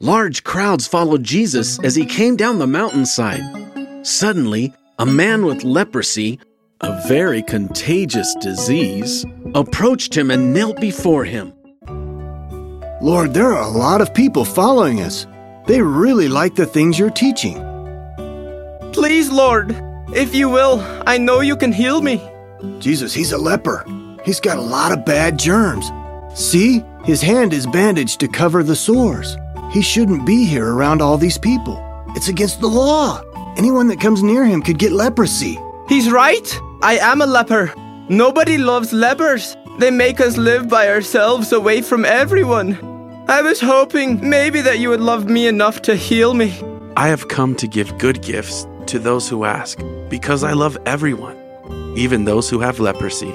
Large crowds followed Jesus as he came down the mountainside. Suddenly, a man with leprosy, a very contagious disease, approached him and knelt before him. Lord, there are a lot of people following us. They really like the things you're teaching. Please, Lord, if you will, I know you can heal me. Jesus, he's a leper. He's got a lot of bad germs. See, his hand is bandaged to cover the sores. He shouldn't be here around all these people. It's against the law. Anyone that comes near him could get leprosy. He's right. I am a leper. Nobody loves lepers. They make us live by ourselves away from everyone. I was hoping maybe that you would love me enough to heal me. I have come to give good gifts to those who ask, because I love everyone, even those who have leprosy.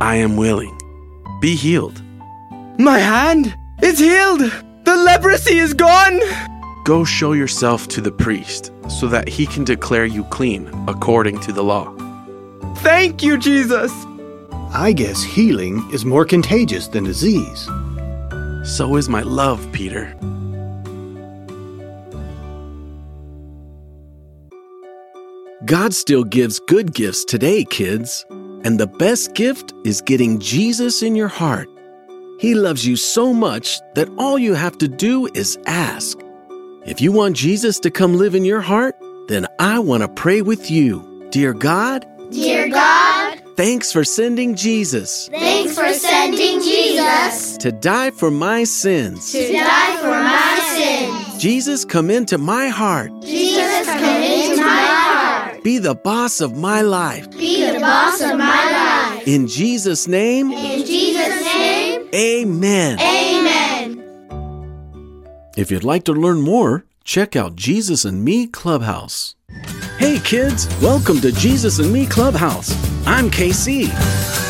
I am willing. Be healed. My hand! It's healed! The leprosy is gone! Go show yourself to the priest, so that he can declare you clean according to the law. Thank you, Jesus! I guess healing is more contagious than disease. So is my love, Peter. God still gives good gifts today, kids. And the best gift is getting Jesus in your heart. He loves you so much that all you have to do is ask. If you want Jesus to come live in your heart, then I want to pray with you. Dear God, Dear God, thanks for sending Jesus thanks for sending Jesus to die for my sins. to die for my sins. Jesus, come into my heart. Jesus, come into my heart. Be the boss of my life. Be the boss of my life. In Jesus' name, In Jesus' name, amen. amen. If you'd like to learn more, check out Jesus and Me Clubhouse. Hey kids, welcome to Jesus and Me Clubhouse. I'm KC.